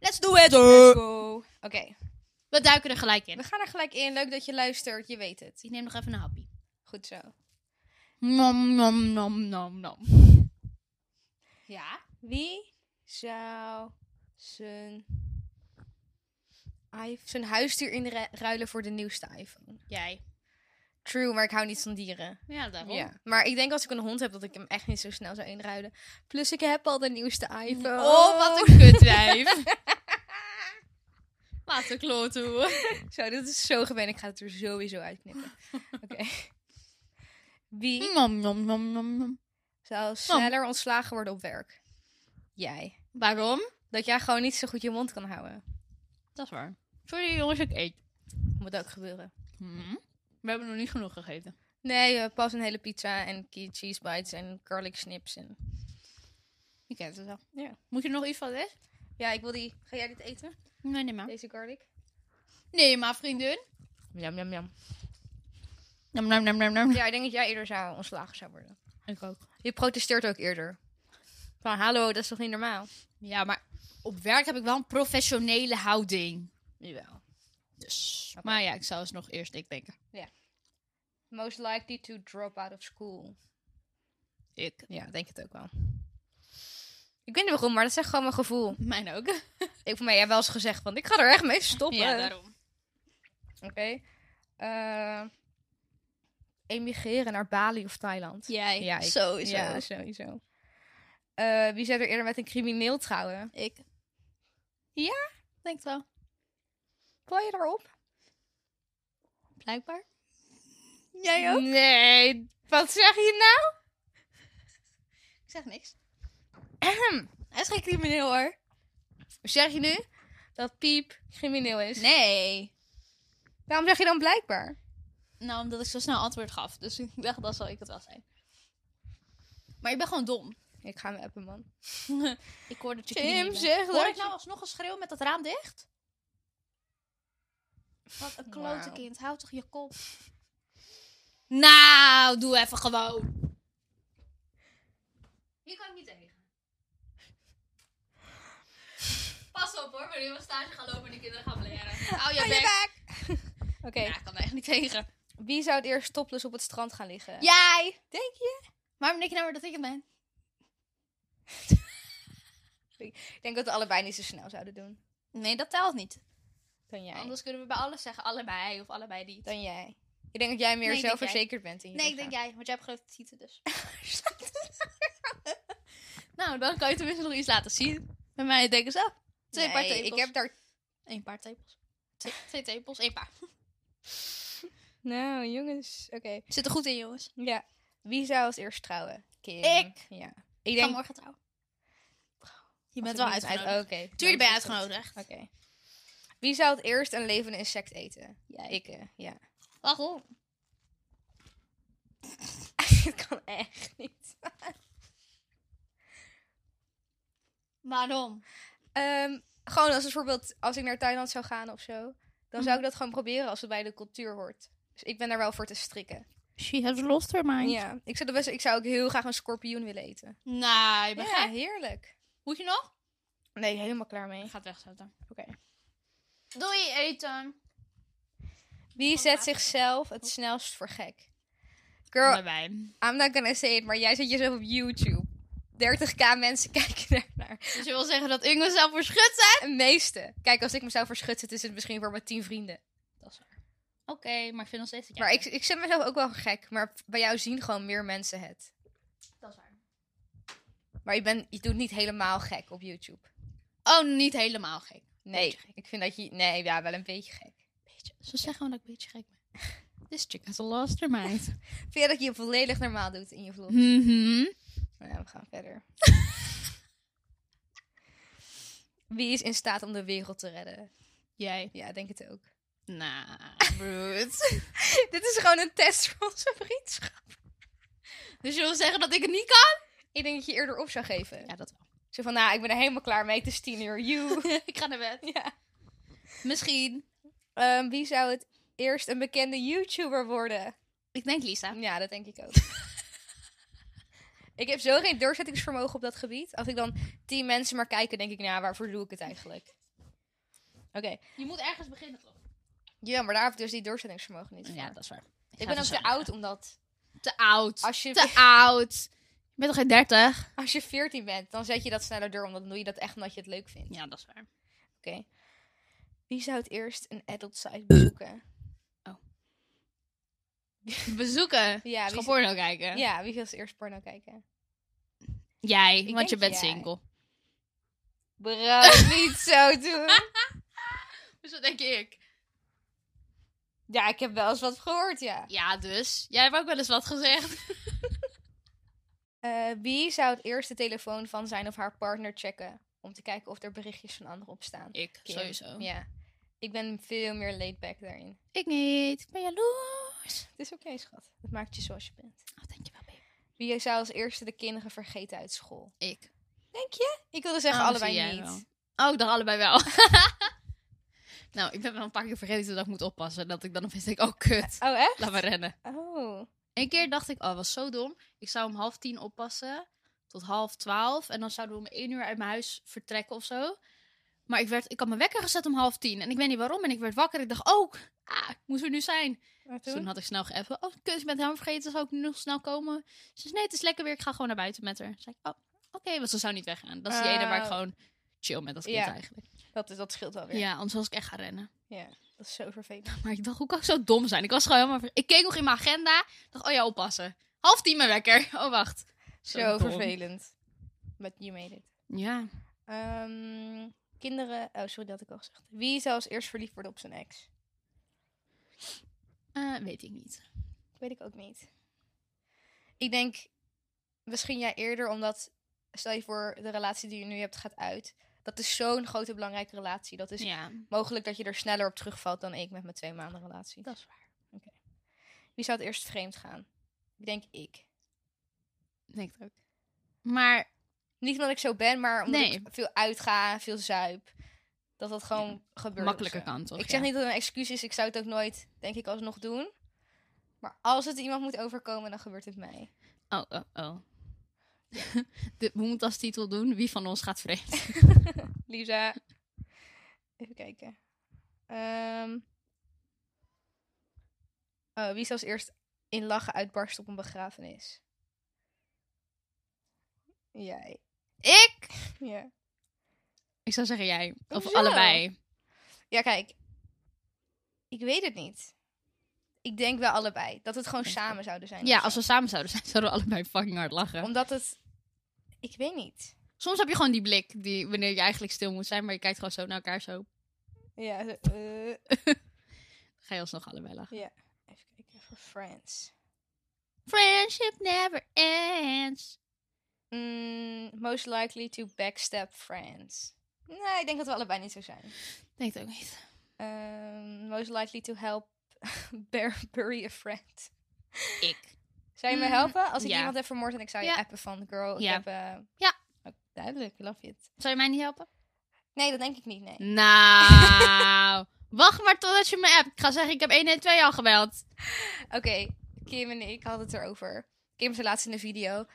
Let's do eh. it! Let's go. Oké, We duiken er gelijk in. we gaan er gelijk in. Leuk dat je luistert, je weet het. Ik neem nog even een hapje. Goed zo. Nom, nom, nom, nom, nom. Ja? Wie zou zijn, iPhone- zijn huisdier inruilen voor de nieuwste iPhone? Jij. True, maar ik hou niet van dieren. Ja, daarom. Ja. Maar ik denk als ik een hond heb, dat ik hem echt niet zo snel zou inruilen. Plus ik heb al de nieuwste iPhone. Oh, wat een kutwijf. wat een klote. Zo, dit is zo gewend. Ik ga het er sowieso uitknippen. Oké. Wie Nom, nom, nom, nom, nom. zou sneller ontslagen worden op werk? Jij. Waarom? Dat jij gewoon niet zo goed je mond kan houden. Dat is waar. Sorry jongens, ik eet. Moet ook gebeuren. Hm? We hebben nog niet genoeg gegeten. Nee, eh, pas een hele pizza en key cheese bites en garlic snips. En... Ik ken het wel. Ja. Moet je er nog iets van weg? ja, ik wil die... Ga jij dit eten? Nee, nee maar. Deze garlic? Nee maar, vriendin. Jam, jam, jam. Nom, nom, nom, nom, nom. Ja, ik denk dat jij eerder zou ontslagen zou worden. Ik ook. Je protesteert ook eerder. Van, hallo, dat is toch niet normaal? Ja, maar op werk heb ik wel een professionele houding. Jawel. Dus. Oké. Maar ja, ik zou eens nog eerst ik denken. Most likely to drop out of school. Ik. Ja, denk het ook wel. Ik weet niet waarom, maar dat is echt gewoon mijn gevoel. Mijn ook. eh, Ik voor mij heb wel eens gezegd, want ik ga er echt mee stoppen. Ja, daarom. Oké. Eh, emigreren naar Bali of Thailand. Jij. Ja, ik- Sowieso. Ja, sowieso. Eh, wie zou er eerder met een crimineel trouwen? Ik. Ja, denk het wel. Val je daarop? Blijkbaar. Jij ook? Nee, wat zeg je nou? Ik zeg niks. Hij is geen crimineel hoor. Zeg je nu dat Piep crimineel is? Nee. Waarom zeg je dan blijkbaar? Nou, omdat ik zo snel antwoord gaf. Dus ik dacht, dat zal ik het wel zijn. Maar je bent gewoon dom. Ik ga me appen, man. Ik hoorde dat je Tim, knieën bent. zeg Hoor dat ik je- nou alsnog een schreeuw met dat raam dicht? Wat een klote Wauw. kind. Hou toch je kop. Nou, doe even gewoon. Hier kan ik niet tegen. Pas op hoor, wanneer we stage gaan lopen en die kinderen gaan leren. Hou je bek. Oké, Ja, ik kan er echt niet tegen. wie zou het eerst topless op het strand gaan liggen? Jij! Denk je? Waarom denk je nou weer dat ik het ben? Ik denk dat we allebei niet zo snel zouden doen. Nee, dat telt niet. Dan jij. Anders kunnen we bij alles zeggen, allebei of allebei niet. Dan jij. Ik denk dat jij meer Nee, ik denk zelfverzekerd bent in je Nee, ik denk jij, want jij hebt grote tieten dus. nou, dan kan je tenminste nog iets laten zien. Bij mij denken ze, oh, twee paar tepels. ik heb daar... Eén paar tepels. Twee, twee tepels, één paar. Nou, jongens. Oké. Zit er goed in, jongens. Ja. Wie zou als eerst trouwen? Kim. Ik. Ja. Ik Ik ga denk... morgen trouwen. Je Als bent het wel niet uit- uitgenodigd. Oké. Tuurlijk ben je dan is het goed. uitgenodigd. Oké. Wie zou het eerst een levende insect eten? Jij. Ik, eh, ja. Waarom? Het kan echt niet. Waarom? Ehm, gewoon als bijvoorbeeld als ik naar Thailand zou gaan of zo, dan zou ik dat gewoon proberen als het bij de cultuur hoort. Dus ik ben daar wel voor te strikken. She has lost her mind. Ja, ik zou, dat best, ik zou ook heel graag een schorpioen willen eten. Nou, je bent Ja, gek. heerlijk. Moet je nog? Nee, helemaal klaar mee. gaat wegzetten. Oké. Doei, eten. Wie zet zichzelf het snelst voor gek? Girl, Nou, wijn. I'm not gonna say it, maar jij zet jezelf op YouTube. 30k mensen kijken daarnaar. Dus je wil zeggen dat ik mezelf voor schut zet? De meeste. Kijk, als ik mezelf verschut zet, is het misschien voor mijn tien vrienden. Dat is waar. Oké, maar ik vind nog steeds dat jij- Maar ik, ik zet mezelf ook wel voor gek. Maar bij jou zien gewoon meer mensen het. Dat is waar. Maar je, bent, je doet niet helemaal gek op YouTube. Oh, niet helemaal gek. Nee, Beetje gek. ik vind dat je... Nee, ja, wel een beetje gek. Beetje. Ze zeggen gewoon dat ik een beetje gek ben. This chick has lost her mind. Vind je dat je volledig normaal doet in je vlog? Mhm. Nou, we gaan verder. Wie is in staat om de wereld te redden? Jij. Ja, ik denk het ook. Nou. Broed. Dit is gewoon een test voor onze vriendschap. Dus je wil zeggen dat ik het niet kan? Ik denk dat je eerder op zou geven. Ja, dat wel. Zo van, nou, ik ben er helemaal klaar mee. Het is tien uur. You. ik ga naar bed. ja. Misschien. Ehm, wie zou het eerst een bekende YouTuber worden? Ik denk Lisa. Ja, dat denk ik ook. ik heb zo geen doorzettingsvermogen op dat gebied. Als ik dan tien mensen maar kijken, denk ik, nou, waarvoor doe ik het eigenlijk? Je moet ergens beginnen, toch? Ja, maar daar heb ik dus die doorzettingsvermogen niet. voor. Ja, dat is waar. ik ben ook te oud om dat. Te oud. Als je, Te oud. Je bent toch geen 30? als je 14 bent, dan zet je dat sneller door, omdat dan doe je dat echt omdat je het leuk vindt. Ja, dat is waar. Oké. Wie zou het eerst een adult site bezoeken? Bezoeken. Dus Ja, wie, Gewoon porno kijken. ja, wie wil als eerst porno kijken? Jij, want denk je bent jij. single. Bro, niet zo doen. Dus wat denk ik? Ja, ik heb wel eens wat gehoord, ja. Ja, dus. Jij hebt ook wel eens wat gezegd. Eh, wie zou het eerst de telefoon van zijn of haar partner checken? Om te kijken of er berichtjes van anderen op staan. Ik, Kim. sowieso. Ja. Ik ben veel meer laid back daarin. Ik niet. Ik ben jaloers. Het is oké, schat. Het maakt je zoals je bent. Oh, dankjewel, baby. Wie zou als eerste de kinderen vergeten uit school? Ik. Denk je? Ik wilde zeggen Oh, zie allebei jij niet. wel. Oh, ik dacht allebei wel. nou, ik ben wel een paar keer vergeten dat ik moet oppassen. Dat ik dan opeens denk, oh kut. Oh, echt? Laat maar rennen. Oh. Eén keer dacht ik, oh, was zo dom. Ik zou om half tien oppassen tot half twaalf. En dan zouden we om één uur uit mijn huis vertrekken of zo. Maar ik, werd, ik had mijn wekker gezet om half tien. En ik weet niet waarom. En ik werd wakker. Ik dacht, oh, ah, ik moest er nu zijn. Maar Dus toen? toen had ik snel geëffen. Oh, kut, ik ben het helemaal vergeten. Zou ik nu nog snel komen? Ze zei, nee, het is lekker weer. Ik ga gewoon naar buiten met haar. Toen zei ik, oh, oké. want ze zou niet weggaan. Dat is die ene waar ik Oh. gewoon chill met als kind Ja. eigenlijk. Dat, is- dat scheelt wel weer. Ja, anders was ik echt gaan rennen. Ja, Dat is zo vervelend. Maar ik dacht, hoe kan ik zo dom zijn? Ik was gewoon helemaal... ver- Ik keek nog in mijn agenda. dacht, oh ja, oppassen. Half tien mijn wekker. Oh, wacht. dom. Zo, vervelend. But you made it. Ja. Ehm, kinderen... Oh, sorry, dat had ik al gezegd. Wie zou als eerst verliefd worden op zijn ex? Eh, weet ik niet. Weet ik ook niet. Ik denk misschien jij eerder, omdat stel je voor de relatie die je nu hebt gaat uit. Dat is zo'n grote belangrijke relatie. Dat is ja. mogelijk dat je er sneller op terugvalt dan ik met mijn twee maanden relatie. Dat is waar. Wie zou het eerst vreemd gaan? Ik denk ik. Denk ik ook. Maar Niet omdat ik zo ben, maar omdat Nee. ik veel uitga, veel zuip. Dat dat gewoon gebeurt. of makkelijker zo. kan toch? Ik zeg ja. niet dat het een excuus is. Ik zou het ook nooit, denk ik, alsnog doen. Maar als het iemand moet overkomen, dan gebeurt het mij. Oh, oh, oh. De, we moeten als titel doen, wie van ons gaat vreemd? Lisa. Even kijken. Ehm. Oh, wie zou als eerst in lachen uitbarsten op een begrafenis? Jij. ik? Ja. Ik zou zeggen jij. Of Hoezo? allebei. Ja, kijk. Ik weet het niet. Ik denk wel allebei. Dat het gewoon Denk samen zouden zijn. Ja, of als zo. we samen zouden zijn, zouden we allebei fucking hard lachen. Omdat het... Ik weet niet. Soms heb je gewoon die blik, die, wanneer je eigenlijk stil moet zijn, maar je kijkt gewoon zo naar elkaar, zo. Ja, zo, eh, Ga je alsnog allebei lachen. even kijken. Voor Friends. Friendship never ends. Mm, most likely to backstab friends. Nee, ik denk dat we allebei niet zo zijn. Denk het ook niet. Ehm, most likely to help bear, bury a friend. Ik. Zou je me Mm, helpen? Als ik ja. iemand heb vermoord en ik zou je Ja. appen van... Girl, ik Ja. heb... eh, Ja. oh, duidelijk, love it. Zou je mij niet helpen? Nee, dat denk ik niet, nee. Nou, wacht maar totdat je me hebt. Ik ga zeggen, ik heb 112 al gebeld. Oké, Kim en ik hadden het erover. Kim zei laatst in de video.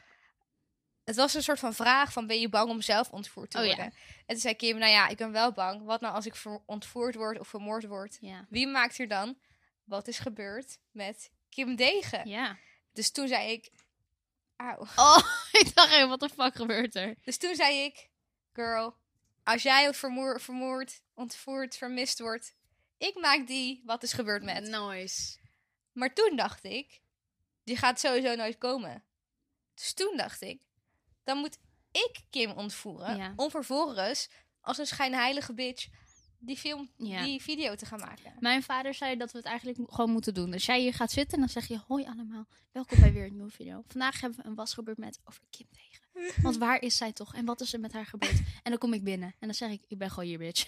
Het was een soort van vraag van ben je bang om zelf ontvoerd te Oh ja. worden? En toen zei Kim, nou ja, ik ben wel bang. Wat nou als ik ver- ontvoerd word of vermoord word? Ja. Wie maakt er dan wat is gebeurd met Kim Degen? Ja. Dus toen zei ik, auw. Eh. Oh, ik dacht even, wat de fuck gebeurt er? Dus toen zei ik, girl, als jij vermoor- vermoord, ontvoerd, vermist wordt, ik maak die wat is gebeurd met. Nice. Maar toen dacht ik, die gaat sowieso nooit komen. Dus toen dacht ik, dan moet ik Kim ontvoeren Ja. om vervolgens als een schijnheilige bitch die film, Ja. die video te gaan maken. Mijn vader zei dat we het eigenlijk mo- gewoon moeten doen. Dus jij hier gaat zitten en dan zeg je, hoi allemaal, welkom bij weer een nieuwe video. Vandaag hebben we een was gebeurd met over Kim tegen. Want waar is zij toch? En wat is er met haar gebeurd? En dan kom ik binnen en dan zeg ik, ik ben gewoon hier, bitch.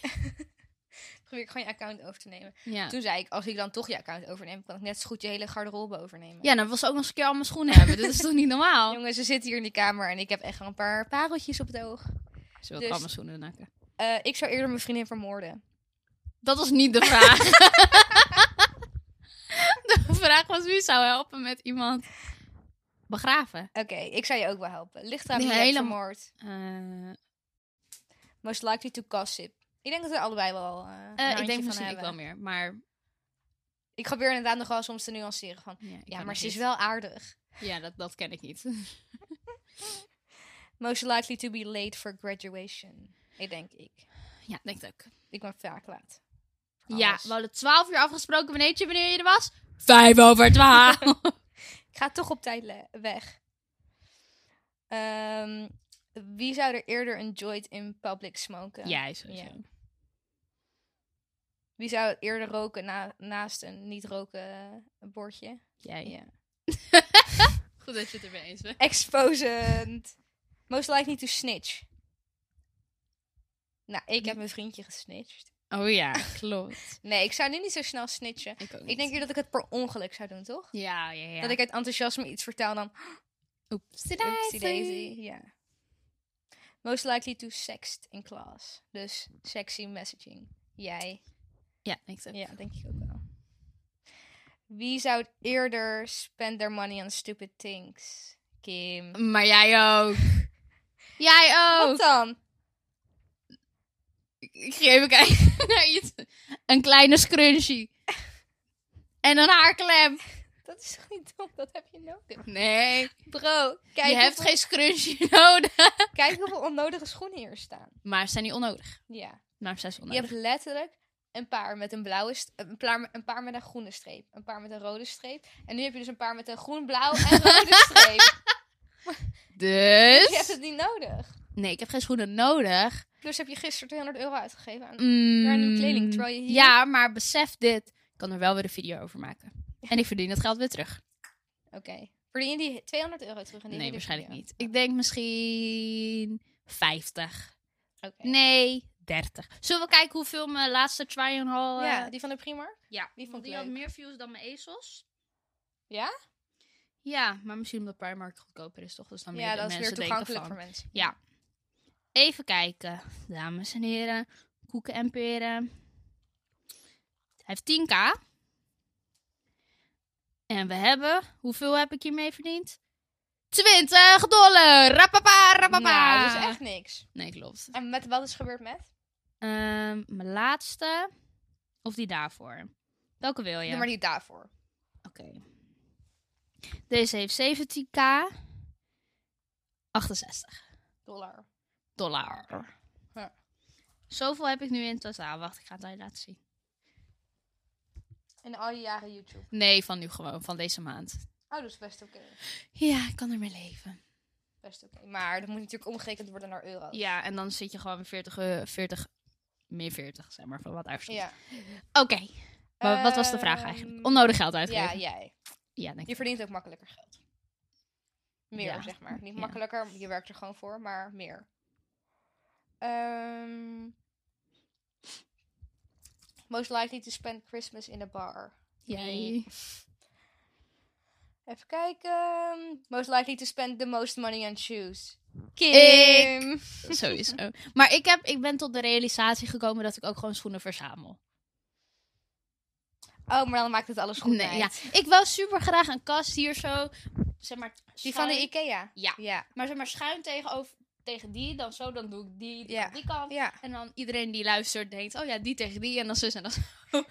Probeer ik gewoon je account over te nemen. Ja. Toen zei ik, als ik dan toch je account overneem, kan ik net zo goed je hele garderobe overnemen. Ja, dan wil ze ook nog eens een keer al mijn schoenen hebben. Dit is toch niet normaal? Jongens, ze zitten hier in die kamer en ik heb echt wel een paar pareltjes op het oog. Ze wil Dus- al mijn schoenen nakken. Eh, ik zou eerder mijn vriendin vermoorden. Dat was niet de vraag. de vraag was wie zou helpen met iemand begraven. Eh, Oké, ik zou je ook wel helpen. Ligt eraan Die wie je hebt hele- vermoord. Eh, Most likely to gossip. Ik denk dat we allebei wel. eh, een Eh, handje ik denk van misschien ik hebben. wel meer, maar... Ik probeer inderdaad nog wel soms te nuanceren van. Ja, ik Ja, kan maar het ze is niet. wel aardig. Ja, dat, dat ken ik niet. Most likely to be late for graduation. Ik denk ik. ja, denk ik ook. Ik ben vaak laat. Ja, Alles. we hadden 12 uur afgesproken, meneertje, wanneer je er was. Vijf over twaalf. Ik ga toch op tijd le- weg. Ehm, wie zou er eerder een joint in public smoken? Jij sowieso. Ja. Wie zou eerder roken na- naast een niet-roken eh, bordje? Jij. Ja. Goed dat je het ermee eens bent. Exposend. Most likely to snitch. Nou, ik heb mijn vriendje gesnitcht. Oh ja, klopt. Nee, ik zou nu niet zo snel snitchen. ik ook Ik denk hier dat ik het per ongeluk zou doen, toch? Ja, ja, ja. Dat ik uit enthousiasme iets vertel en dan... Oeps. Oopsie daisy. Ja. Most likely to sext in class. Dus sexy messaging. Jij. Ja, denk ik ook. Ja, denk ik ook wel. Wie zou eerder spend their money on stupid things? Kim. Maar jij ook. jij ook. Wat dan? Ik- Ik geef ik eigenlijk naar iets. Een kleine scrunchie. En een haarklem. Dat is toch niet dom? Dat heb je nodig. Nee. Bro, kijk, je hebt hoeveel, geen scrunchie nodig. kijk hoeveel onnodige schoenen hier staan. Maar ze zijn niet onnodig. Ja. Maar ze zijn Je hebt onnodig. letterlijk een paar met een blauwe, st- een, paar, een paar met een groene streep, een paar met een rode streep. En nu heb je dus een paar met een groen, blauw en rode streep. Dus je hebt Dus. het niet nodig. Nee, ik heb geen schoenen nodig. Plus Dus heb je gisteren 200 euro uitgegeven aan... Mm. Random kleding, terwijl je hier- Ja, maar besef dit. Ik kan er wel weer een video over maken. En ik verdien dat geld weer terug. Oké. Verdien je die 200 euro terug? in die Nee, hele waarschijnlijk video? niet. Ik denk misschien 50. Oké. Nee, 30. Zullen we kijken hoeveel mijn laatste try on haul... eh, Ja, die van de Primark? ja. die vond want ik leuk. meer views dan mijn ezels. Ja? Ja, maar misschien omdat Primark goedkoper is, toch? Dus dan Ja, meer de dat is mensen weer denken van- toegankelijk voor mensen. Ja. Even kijken, dames en heren. Koeken en peren. Hij heeft 10k. En we hebben, hoeveel heb ik hiermee verdiend? 20 dollar! Rapapa, rapapa! Dus Nou, dat is echt niks. Nee, klopt. En met wat is gebeurd met? Ehm, mijn laatste, of die daarvoor? Welke wil je? Doe maar die daarvoor. Oké. Deze heeft 17k. 68. Dollar. dollar. Ja. Zoveel heb ik nu in totaal. Wacht, ik ga het aan je laten zien. En al je jaren YouTube. Nee, van nu gewoon, van deze maand. Oh, dat is best oké. Ja, ik kan ermee leven. Best oké. Maar dat moet natuurlijk omgerekend worden naar euro's. Ja, en dan zit je gewoon 40, eh, 40 meer 40, zeg maar, van wat uitgestopt. Ja. Oké, maar wat was de vraag eigenlijk? Ehm, Onnodig geld uitgeven? Ja, Ja, jij. denk Je ik. verdient ook makkelijker geld. Meer, Ja. zeg maar. Niet Ja. makkelijker, je werkt er gewoon voor, maar meer. Ehm, most likely to spend Christmas in a bar. Jij. Even kijken. Most likely to spend the most money on shoes. Kim! Sowieso. Maar ik, heb, ik ben tot de realisatie gekomen dat ik ook gewoon schoenen verzamel. Oh, maar dan maakt het alles goed. nee, ja. meid. Ik wou super graag een kast hier zo. Zeg maar, Die van de schuin- Ikea. Ja. Ja. Maar zeg maar schuin tegenover tegen die, dan zo, dan doe ik die, die Ja. kant, die kant. Ja. En dan iedereen die luistert denkt, oh ja, die tegen die en dan zus en dan zo.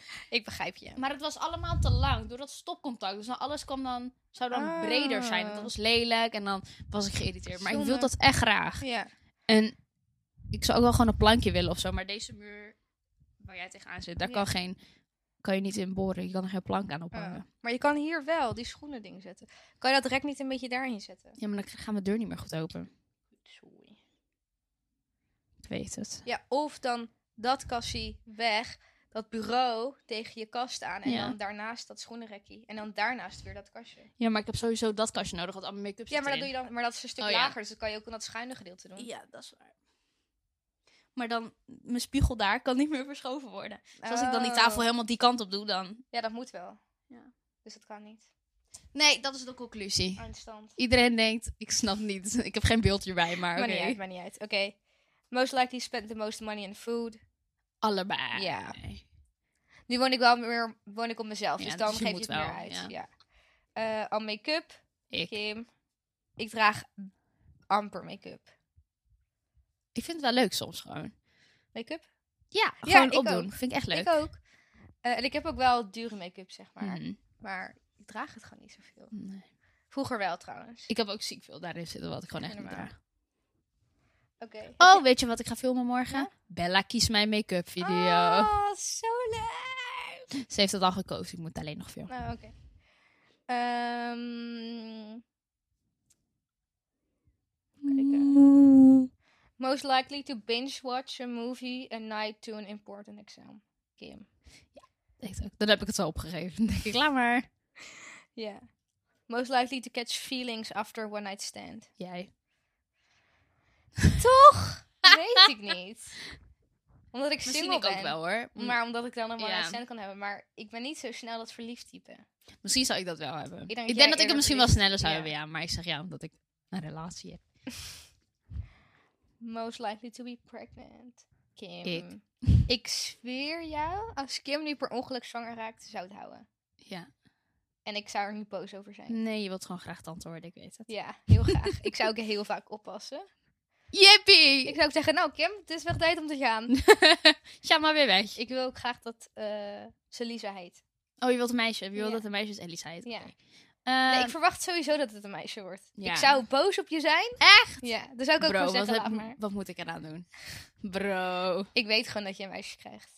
Ik begrijp je. Maar het was allemaal te lang door dat stopcontact. Dus dan alles kwam dan, zou dan Ah. breder zijn. Want dat was lelijk en dan was ik geïrriteerd. Maar ik wil Zonde. dat echt graag. Ja. En ik zou ook wel gewoon een plankje willen of zo. Maar deze muur waar jij tegenaan zit, daar Ja. kan, geen, kan je niet in boren. Je kan er geen plank aan ophangen. Oh. Maar je kan hier wel die schoenen ding zetten. Kan je dat rek niet een beetje daarin zetten? Ja, maar dan gaat mijn deur niet meer goed open. Sorry. Ik weet het. Ja, of dan dat kassie weg, dat bureau tegen je kast aan. En Ja. dan daarnaast dat schoenenrekkie. En dan daarnaast weer dat kastje. Ja, maar ik heb sowieso dat kastje nodig, want al mijn make-up zit Ja, maar dat, erin. doe je dan, maar dat is een stuk Oh, ja. lager. Dus dat kan je ook in dat schuine gedeelte doen. Ja, dat is waar. Maar dan, mijn spiegel daar kan niet meer verschoven worden. Dus als ik dan die tafel Oh. helemaal die kant op doe, dan... Ja, dat moet wel. Ja. Dus dat kan niet. Ah, Nee, dat is de conclusie. Eindstand. Iedereen denkt, ik snap niet. Ik heb geen beeld hierbij, maar Maar Ah, oké. niet uit, maar niet uit. Oké. Most likely spent the most money on food. Allebei. Ja. Nu woon ik wel meer woon ik op mezelf, Ja, dus dus dan je geef je moet het meer wel, uit. ja. Ja. Eh, al make-up, Ik, Kim. Ik draag amper make-up. ik vind het wel leuk soms gewoon. Make-up? Ja, Ja, gewoon ik opdoen. ook. Vind ik echt leuk. Ik ook. Eh, en ik heb ook wel dure make-up, zeg maar. Mhm. Maar ik draag het gewoon niet zoveel. Nee. Vroeger wel, trouwens. Ik heb ook ziek veel daarin zitten, wat ik gewoon echt niet Helemaal. draag. Oké. Oh, weet je wat ik ga filmen morgen? Ja? Bella kies mijn make-up video. Oh, zo leuk! Ze heeft dat al gekozen. Ik moet alleen nog filmen. Nou, oké. Ehm, kijken. most likely to binge-watch a movie a night to an important exam. Kim. Ik denk ook, Dan heb ik het zo opgegeven. denk ik, laat maar. Ja. Most likely to catch feelings after one night stand. Jij. Toch? Weet ik niet. Omdat ik Misschien single ik ook ben. wel hoor. Mm. Maar omdat ik dan een one Ja. night stand kan hebben. Maar ik ben niet zo snel dat verliefd type. Misschien zou ik dat wel hebben. Ik denk dat denk, jij dat ik het eerder misschien wel verliefd- sneller zou ja. hebben, ja. Maar ik zeg ja, omdat ik een relatie heb. Most likely to be pregnant. Kim. Ik. Ik zweer jou, als Kim nu per ongeluk zwanger raakt, zou het houden. Ja. En ik zou er niet boos over zijn. Nee, je wilt gewoon graag het antwoord, ik weet het. Ja, heel graag. ik zou ook heel vaak oppassen. Jippie! Ik zou ook zeggen, nou Kim, het is wel tijd om te gaan. Ga maar weer weg. ik wil ook graag dat eh ze Lisa heet. Oh, je wilt een meisje. Je wil Ja. dat een meisje is Elisa heet. Ja. Eh, Nee, ik verwacht sowieso dat het een meisje wordt. Ja. Ik zou boos op je zijn. Echt? Ja, daar zou ik ook Bro, wat, voor zeggen, heb- laat maar. wat moet ik eraan doen? Bro. Ik weet gewoon dat je een meisje krijgt.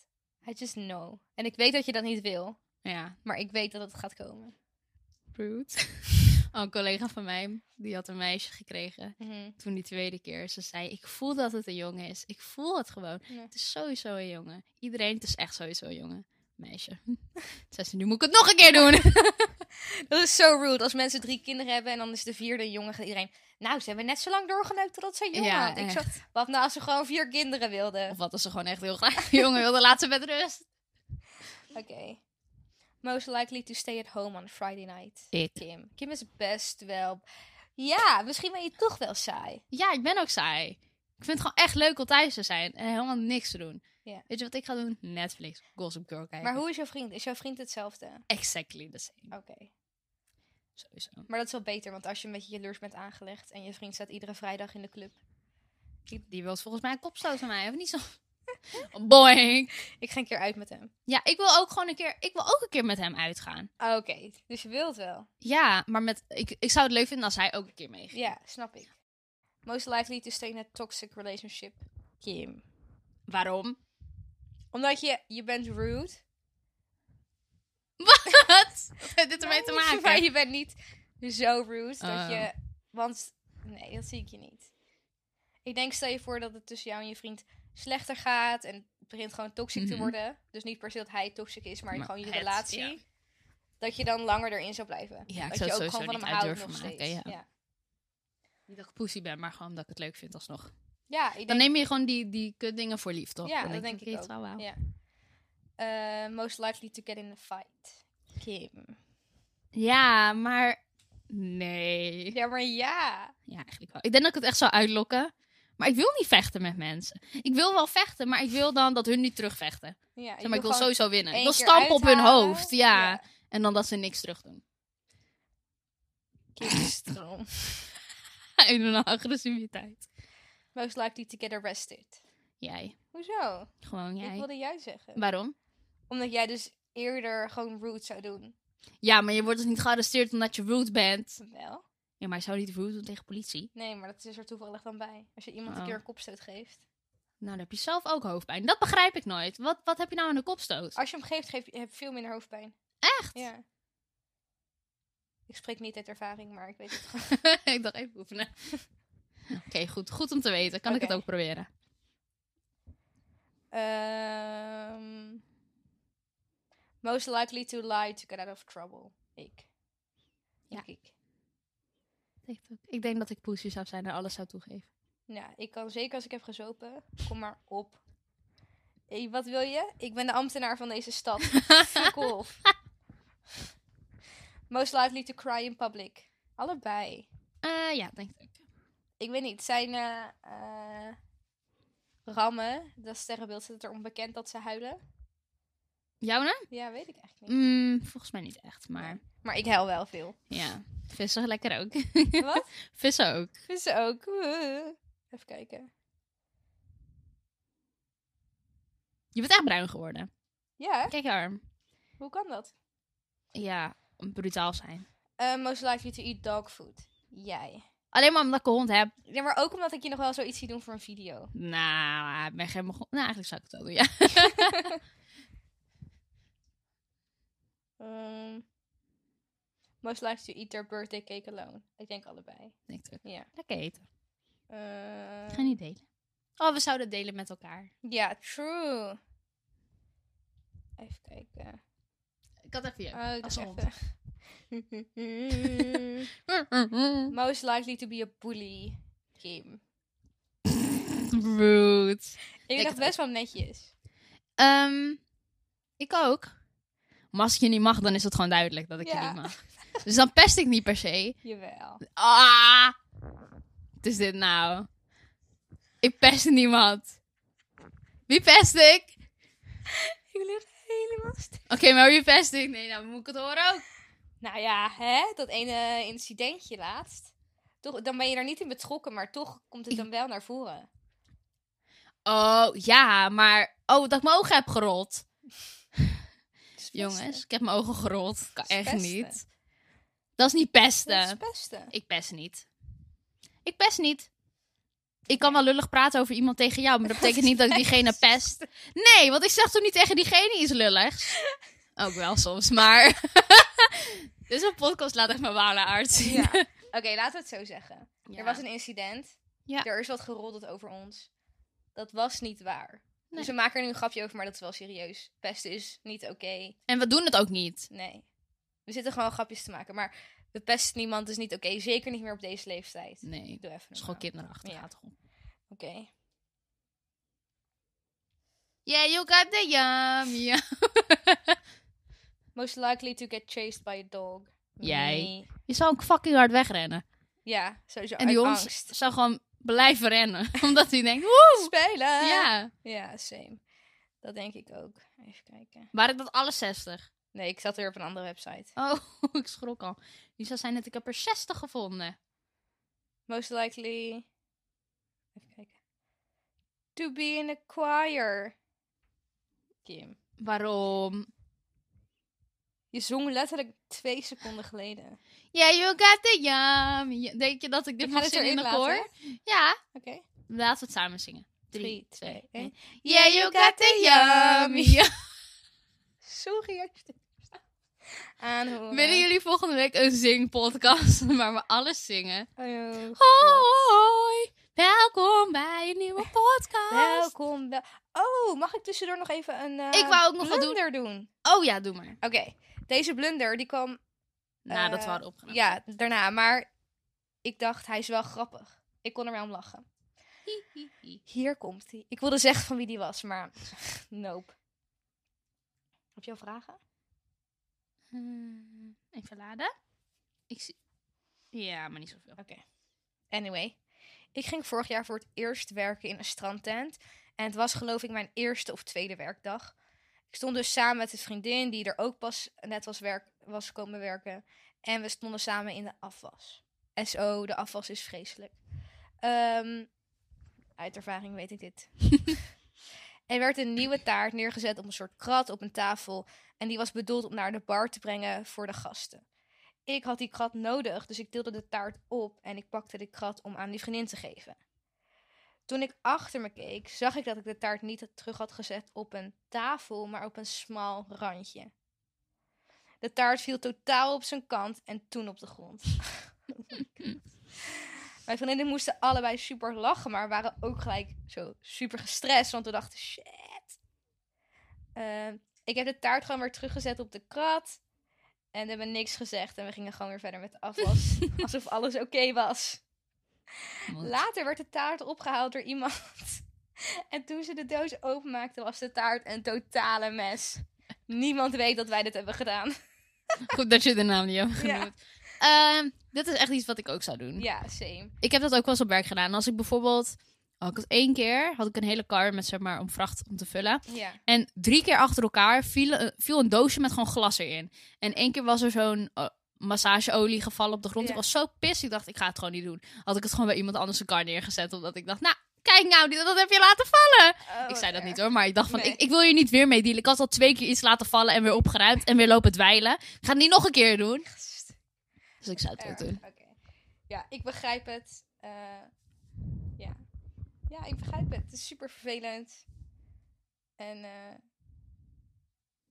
I just know. En ik weet dat je dat niet wil. Ja, Maar ik weet dat het gaat komen. rude. Oh, een collega van mij, die had een meisje gekregen. Mhm. Toen die tweede keer, ze zei, ik voel dat het een jongen is. Ik voel het gewoon. Ja. Het is sowieso een jongen. Iedereen, het is echt sowieso een jongen. Meisje. Toen zei ze, nu moet ik het nog een keer doen. Dat is zo rude. Als mensen drie kinderen hebben en dan is de vierde jongen, gaat iedereen... Nou, ze hebben net zo lang doorgeneukt totdat ze een jongen Ja, had. Ik zo, wat nou als ze gewoon vier kinderen wilden? Of wat als ze gewoon echt heel graag een jongen wilde, laat ze met rust. Oké. Most likely to stay at home on Friday night. Ik. Kim. Kim is best wel... Ja, misschien ben je toch wel saai. Ja, ik ben ook saai. Ik vind het gewoon echt leuk om thuis te zijn en helemaal niks te doen. Ja. Weet je wat ik ga doen? Netflix, Gossip Girl kijken. Maar hoe is jouw vriend? Is jouw vriend hetzelfde? Exactly the same. Oké. Sowieso. Maar dat is wel beter, want als je een beetje jaloers bent aangelegd en je vriend staat iedere vrijdag in de club. Die wil volgens mij een kopstoot van mij, of niet zo? Boing. Ik ga een keer uit met hem. Ja, ik wil ook gewoon een keer, ik wil ook een keer met hem uitgaan. Oké, dus je wilt wel. Ja, maar met, ik, ik zou het leuk vinden als hij ook een keer meegaat. Ja, snap ik. Most likely to stay in a toxic relationship. Kim. Waarom? Omdat je, je bent rude. Wat? Wat heeft dit ermee te Nee, maken? Maar je bent niet zo rude Oh. dat je... Want, nee, dat zie ik je niet. Ik denk, stel je voor dat het tussen jou en je vriend slechter gaat... en het begint gewoon toxic te Mhm. worden. Dus niet per se dat hij toxic is, maar, Maar gewoon je het, relatie. ja. Dat je dan langer erin zou blijven. Ja, ik dat zou het je ook sowieso gewoon van niet hem uit houdt durven nog maken, steeds. ja. ja. Niet dat ik poesie ben, maar gewoon dat ik het leuk vind alsnog. Ja, ik denk, Dan neem je gewoon die, die kutdingen voor lief, toch? Ja, Dan dat denk, denk ik oké, trouw aan. Ja. eh, most likely to get in a fight. Kim. Ja, maar... Nee. Ja, maar ja. Ja, eigenlijk wel. Ik denk dat ik het echt zou uitlokken. Maar ik wil niet vechten met mensen. Ik wil wel vechten, maar ik wil dan dat hun niet terugvechten. ja Zeg maar, ik wil gewoon sowieso winnen. Ik één wil keer stampen op hun uithalen. hoofd, ja. En dan dat ze niks terug doen. Kingstroom. In hun agressiviteit. Most likely to get arrested. Jij. Hoezo? Gewoon Ik jij. wilde jij zeggen. Waarom? Omdat jij dus eerder gewoon rude zou doen. Ja, maar je wordt dus niet gearresteerd omdat je rude bent. Wel? Ja, maar je zou niet rude doen tegen politie. Nee, maar dat is er toevallig dan bij. Als je iemand een Oh. keer een kopstoot geeft. Nou, dan heb je zelf ook hoofdpijn. Dat begrijp ik nooit. Wat, wat heb je nou aan de kopstoot? Als je hem geeft, geef, heb je veel minder hoofdpijn. Echt? Ja. Ik spreek niet uit ervaring, maar ik weet het gewoon. ik dacht even oefenen. Oké, goed. Goed om te weten. Kan ik Oké. het ook proberen? Ehm, most likely to lie to get out of trouble. Ik. Ja. Denk Ik. Ik denk dat ik poesie zou zijn en alles zou toegeven. Nou, ik kan zeker als ik heb gezopen. Kom maar op. Hey, wat wil je? Ik ben de ambtenaar van deze stad. Fuck off. Most likely to cry in public. Allebei. Eh, ja, denk ik. Ik weet niet, zijn eh, eh, rammen, dat sterrenbeeld, zit het er onbekend dat ze huilen? Jouw naam? Ja, weet ik eigenlijk niet. Mm, volgens mij niet echt, maar Maar ik huil wel veel. ja. Vissen lekker ook. Wat? eh. Vissen ook. Vissen ook. Even kijken. Je bent echt bruin geworden. Ja, hè? Kijk je arm. hoe kan dat? Ja, brutaal zijn. Eh, most likely to eat dog food. Jij. Alleen maar omdat ik een hond heb. Ja, maar ook omdat ik je nog wel zoiets zie doen voor een video. Nou, ik ben geen begon. Nou, eigenlijk zou ik het wel doen, ja. Ehm, most likely to eat their birthday cake alone. Ik denk allebei. Denk ik ook. Ja. Lekker eten. Eh, Ik ga niet delen. Oh, we zouden het delen met elkaar. Ja, true. Even kijken. Ik had even je. Oh, ik als dacht hond. even. most likely to be a bully. Kim. Rude. Ik het dacht best wel netjes. Ehm, ik ook. Maar als ik je niet mag, dan is het gewoon duidelijk dat ik je Ja. niet mag. Dus dan pest ik niet per se. Jawel. Ah! Wat is dit nou? Ik pest niemand. Wie pest ik? Ik lig helemaal stil. Oké, maar wie pest ik? Nee, nou moet ik het horen ook. Nou ja, hè? dat ene incidentje laatst. Toch, dan ben je daar niet in betrokken, maar toch komt het dan wel naar voren. Oh, ja, maar... Oh, dat ik mijn ogen heb gerold. Het is Jongens, pesten. ik heb mijn ogen gerold. Kan Dat is echt pesten. niet. Dat is niet pesten. Dat is pesten. Ik pest niet. Ik pest niet. Ik kan wel lullig praten over iemand tegen jou, maar dat betekent niet dat ik diegene pest. Nee, want ik zeg toch niet tegen diegene iets lulligs? Ook wel soms, maar... Dit is een podcast, laat echt mijn ware aard zien. Ja. Oké, laten we het zo zeggen. Er was een incident. Ja. Er is wat geroddeld over ons. Dat was niet waar. Nee. Dus we maken er nu een grapje over, maar dat is wel serieus. Pesten is niet oké. En we doen het ook niet. Nee. We zitten gewoon grapjes te maken. Maar we pesten niemand is niet oké. Zeker niet meer op deze leeftijd. Nee, Doe even dat is gewoon normaal. kinderachtig. Ja. gaat toch om. Oké. Yeah, you got the yum. Ja. Most likely to get chased by a dog. Jij. Me. Je zou ook fucking hard wegrennen. Ja, sowieso en die uit hond angst. zou gewoon blijven rennen. Omdat hij denkt, woe! Spelen! Ja. Ja, same. Dat denk ik ook. Even kijken. Waren dat alle 60? Nee, ik zat weer op een andere website. Oh, ik schrok al. Die zou zijn dat ik heb er 60 gevonden. Most likely... Even kijken. To be in a choir. Kim. Waarom? Je zong letterlijk twee seconden geleden. Yeah, you got the yum. Ja, Denk je dat ik dit Ik ga mag dit zingen in erin een laten, koor? Ja, Oké. laten we het samen zingen. 3, Drie, 2, twee, 1. één. Yeah, you got the yum. Ja. Sorry als je dit aanhoren. Willen jullie volgende week een zingpodcast waar we alles zingen? Oh, God. Hoi, welkom bij een nieuwe podcast. Welkom. wel- Oh, mag ik tussendoor nog even een eh, Ik wou ook nog wat doen. blunder doen? Oh ja, doe maar. Oké, deze blunder die kwam Nadat we Eh, hadden opgenomen. ja, daarna, maar ik dacht hij is wel grappig. Ik kon er wel om lachen. Hi, hi, hi. Hier komt hij. Ik wilde zeggen van wie die was, maar nope. Heb je al vragen? Hmm, Even laden. Ik zie... Ja, maar niet zoveel. Anyway, ik ging vorig jaar voor het eerst werken in een strandtent. En het was geloof ik mijn eerste of tweede werkdag. Ik stond dus samen met een vriendin die er ook pas net was, werk, was komen werken. En we stonden samen in de afwas. SO, de afwas is vreselijk. Ehm, uit ervaring weet ik dit. er werd een nieuwe taart neergezet op een soort krat op een tafel. En die was bedoeld om naar de bar te brengen voor de gasten ik had die krat nodig, dus ik deelde de taart op en ik pakte de krat om aan die vriendin te geven. Toen ik achter me keek, zag ik dat ik de taart niet terug had gezet op een tafel, maar op een smal randje. De taart viel totaal op zijn kant en toen op de grond. Oh my God. Mijn vriendinnen moesten allebei super lachen, maar waren ook gelijk zo super gestrest, want we dachten, shit. Eh, ik heb de taart gewoon weer teruggezet op de krat. En we hebben niks gezegd en we gingen gewoon weer verder met de afwas. alsof alles oké was. Later werd de taart opgehaald door iemand. en toen ze de doos openmaakte, was de taart een totale mes. Niemand weet dat wij dit hebben gedaan. Goed dat je de naam niet hebt Ja. genoemd. Ehm, dit is echt iets wat ik ook zou doen. Ja, same. Ik heb dat ook wel eens op werk gedaan. Als ik bijvoorbeeld... Oh, ik had één keer had ik een hele kar met zeg maar om vracht om te vullen. Ja. En drie keer achter elkaar viel, eh, viel een doosje met gewoon glas erin. En één keer was er zo'n eh, massageolie gevallen op de grond. Ja. Ik was zo pissig. Ik dacht, ik ga het gewoon niet doen. Had ik het gewoon bij iemand anders een kar neergezet. Omdat ik dacht, nou, Kijk nou, die- dat heb je laten vallen. Oh, ik wat zei dat erg. niet hoor, maar ik dacht van, Nee. ik, ik wil je niet weer mee dealen. Ik had al twee keer iets laten vallen en weer opgeruimd en weer lopen dweilen. Ik ga het niet nog een keer doen. Dus ik zou het ook Erg, doen. Oké. Ja, ik begrijp het. Eh, ja. ja, ik begrijp het. Het is super vervelend. En eh,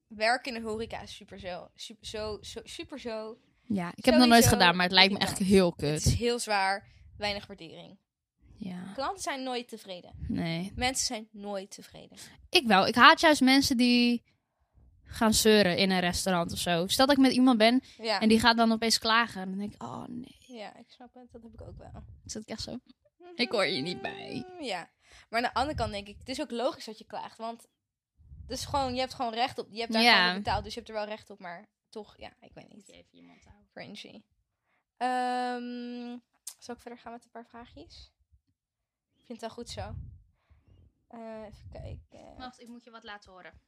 werken in de horeca is super zo. Super zo. zo- super zo. Ja, ik heb het nog nooit Sowieso gedaan, maar het lijkt me echt irritant. heel Het is kut. heel zwaar. Weinig waardering. Ja, Klanten zijn nooit tevreden. nee. Mensen zijn nooit tevreden. Ik wel. Ik haat juist mensen die gaan zeuren in een restaurant of zo. Stel dat ik met iemand ben Ja, en die gaat dan opeens klagen. Dan denk ik, oh nee. ja ik snap het. Dat heb ik ook wel. Mhm. Dan Zit ik echt zo. Ik hoor je niet bij. Ja. Maar aan de andere kant denk ik, het is ook logisch dat je klaagt. Want het is gewoon, je hebt gewoon recht op. Je hebt daar Ja. gewoon voor betaald, dus je hebt er wel recht op. Maar toch, ja, ik weet niet. Cringy. Ehm, zal ik verder gaan met een paar vraagjes? Ik vind het wel goed zo. Eh, even kijken. Wacht, ik moet je wat laten horen.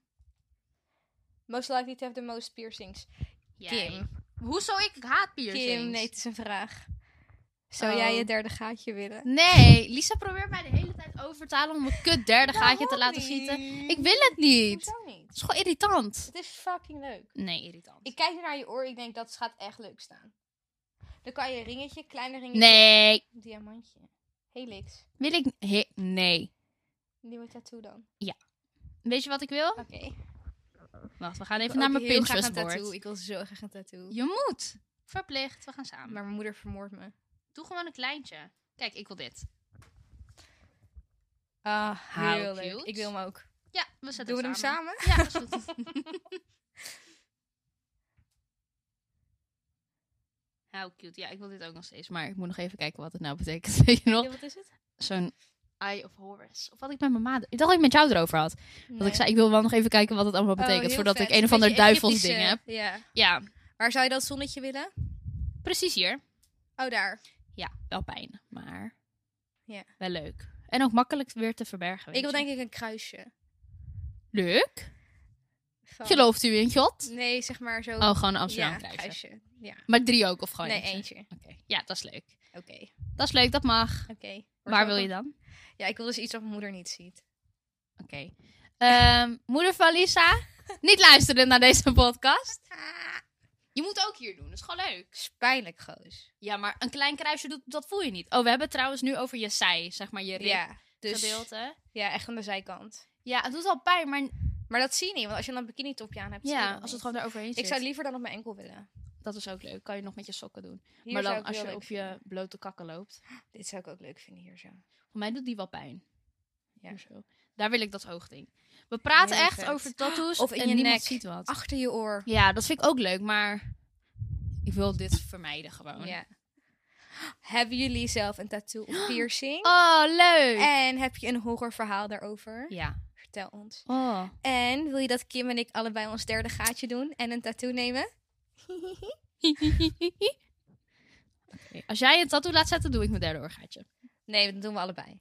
Most likely to have the most piercings. Kim. Hoezo ik haat piercings? Kim, nee, het is een vraag. Zou Oh. jij je derde gaatje willen? Nee, Lisa probeert mij de hele tijd over te halen om een kut derde gaatje te laten schieten. Ik wil het niet. Hoezo niet? Het is gewoon irritant. Het is fucking leuk. Nee, irritant. Ik kijk nu naar je oor, ik denk dat gaat echt leuk staan. Dan kan je een ringetje, kleine ringetje. Nee, Een diamantje. Helix. wil ik... He- nee. Nieuwe tattoo dan. Weet je wat ik wil? Oké. Wacht, we gaan Ik even wil naar ook mijn heel graag Pinterest een tattoo. board. Ik wil zo graag een tattoo. Je moet. Verplicht. We gaan samen. Maar mijn moeder vermoordt me. Doe gewoon een kleintje. Kijk, ik wil dit. Ah, How heel cute. leuk. Ik wil hem ook. Ja, we zetten Doen we hem samen? Ja, dat is goed. How cute. Ja, ik wil dit ook nog steeds. Maar ik moet nog even kijken wat het nou betekent. Weet je nog? Ja, wat is het? Zo'n Eye of Horus. Of wat ik met mijn ma... Ik dacht dat ik met jou erover had. Want ik zei, ik wil wel nog even kijken wat het Oh, allemaal betekent. voordat ik een of ander duivels ding heb. Ja. Ja, Waar zou je dat zonnetje willen? precies hier. Oh, daar. Ja, wel pijn. Maar Ja. wel leuk. En ook makkelijk weer te verbergen. Ik weet wil je. denk ik een kruisje. Leuk. Van- Gelooft u in God? Nee, zeg maar zo. Oh, gewoon een Amsterdam ja, kruisje. kruisje. Ja. Maar drie ook of gewoon Nee, eentje? eentje. Oké. Ja, dat is leuk. Oké. Dat is leuk, dat mag. Oké. Waar wil je dan? Oké. Ja, ik wil dus iets wat mijn moeder niet ziet. Ehm, moeder van Lisa, niet luisteren naar deze podcast. Ah, Je moet ook hier doen, dat is gewoon leuk. is pijnlijk, goos. Ja, maar een klein kruisje, doet, dat voel je niet. Oh, we hebben het trouwens nu over je zij, zeg maar, je rib Ja, dus gedeelte. ja, echt aan de zijkant. Ja, het doet al pijn, maar Maar dat zie je niet, want als je dan een bikini topje aan hebt, zie je ja, dat als het niet. gewoon eroverheen zit. Ik zou liever dan op mijn enkel willen. Dat is ook leuk, kan je nog met je sokken doen. Hier maar zou dan ik als heel je leuk op je blote kakken loopt. vinden. Dit zou ik ook leuk vinden hier zo. Voor mij doet die wel pijn. Ja. Hier zo. Daar wil ik dat hoogding. We praten Heel echt vet. over tattoos Of in en je niemand nek. ziet wat. Achter je oor. Ja, dat vind ik ook leuk, maar ik wil dit vermijden gewoon. Ja. Hebben jullie zelf een tattoo of piercing? Oh, leuk! En heb je een horrorverhaal daarover? Ja. Vertel ons. Oh. En wil je dat Kim en ik allebei ons derde gaatje doen en een tattoo nemen? Als jij een tattoo laat zetten, doe ik mijn derde orgaatje. Nee, dat doen we allebei.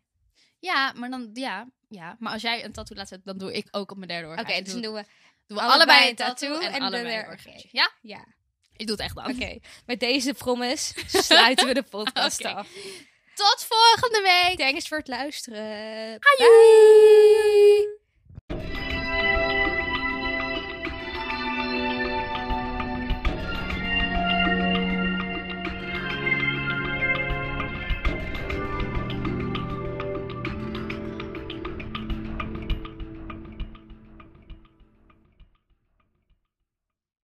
Ja, maar dan, ja, ja. Maar als jij een tattoo laat zetten, dan doe ik ook op mijn derde Oké, orgaatje. dus dan doen we... doen we allebei allebei een een tattoo, tattoo en, en allebei de- een oké. orgaatje. Ja, Ja, ik doe het echt dan. oké. Met deze promise sluiten we de podcast Oké. af. Tot volgende week! Thanks voor het luisteren. Doei!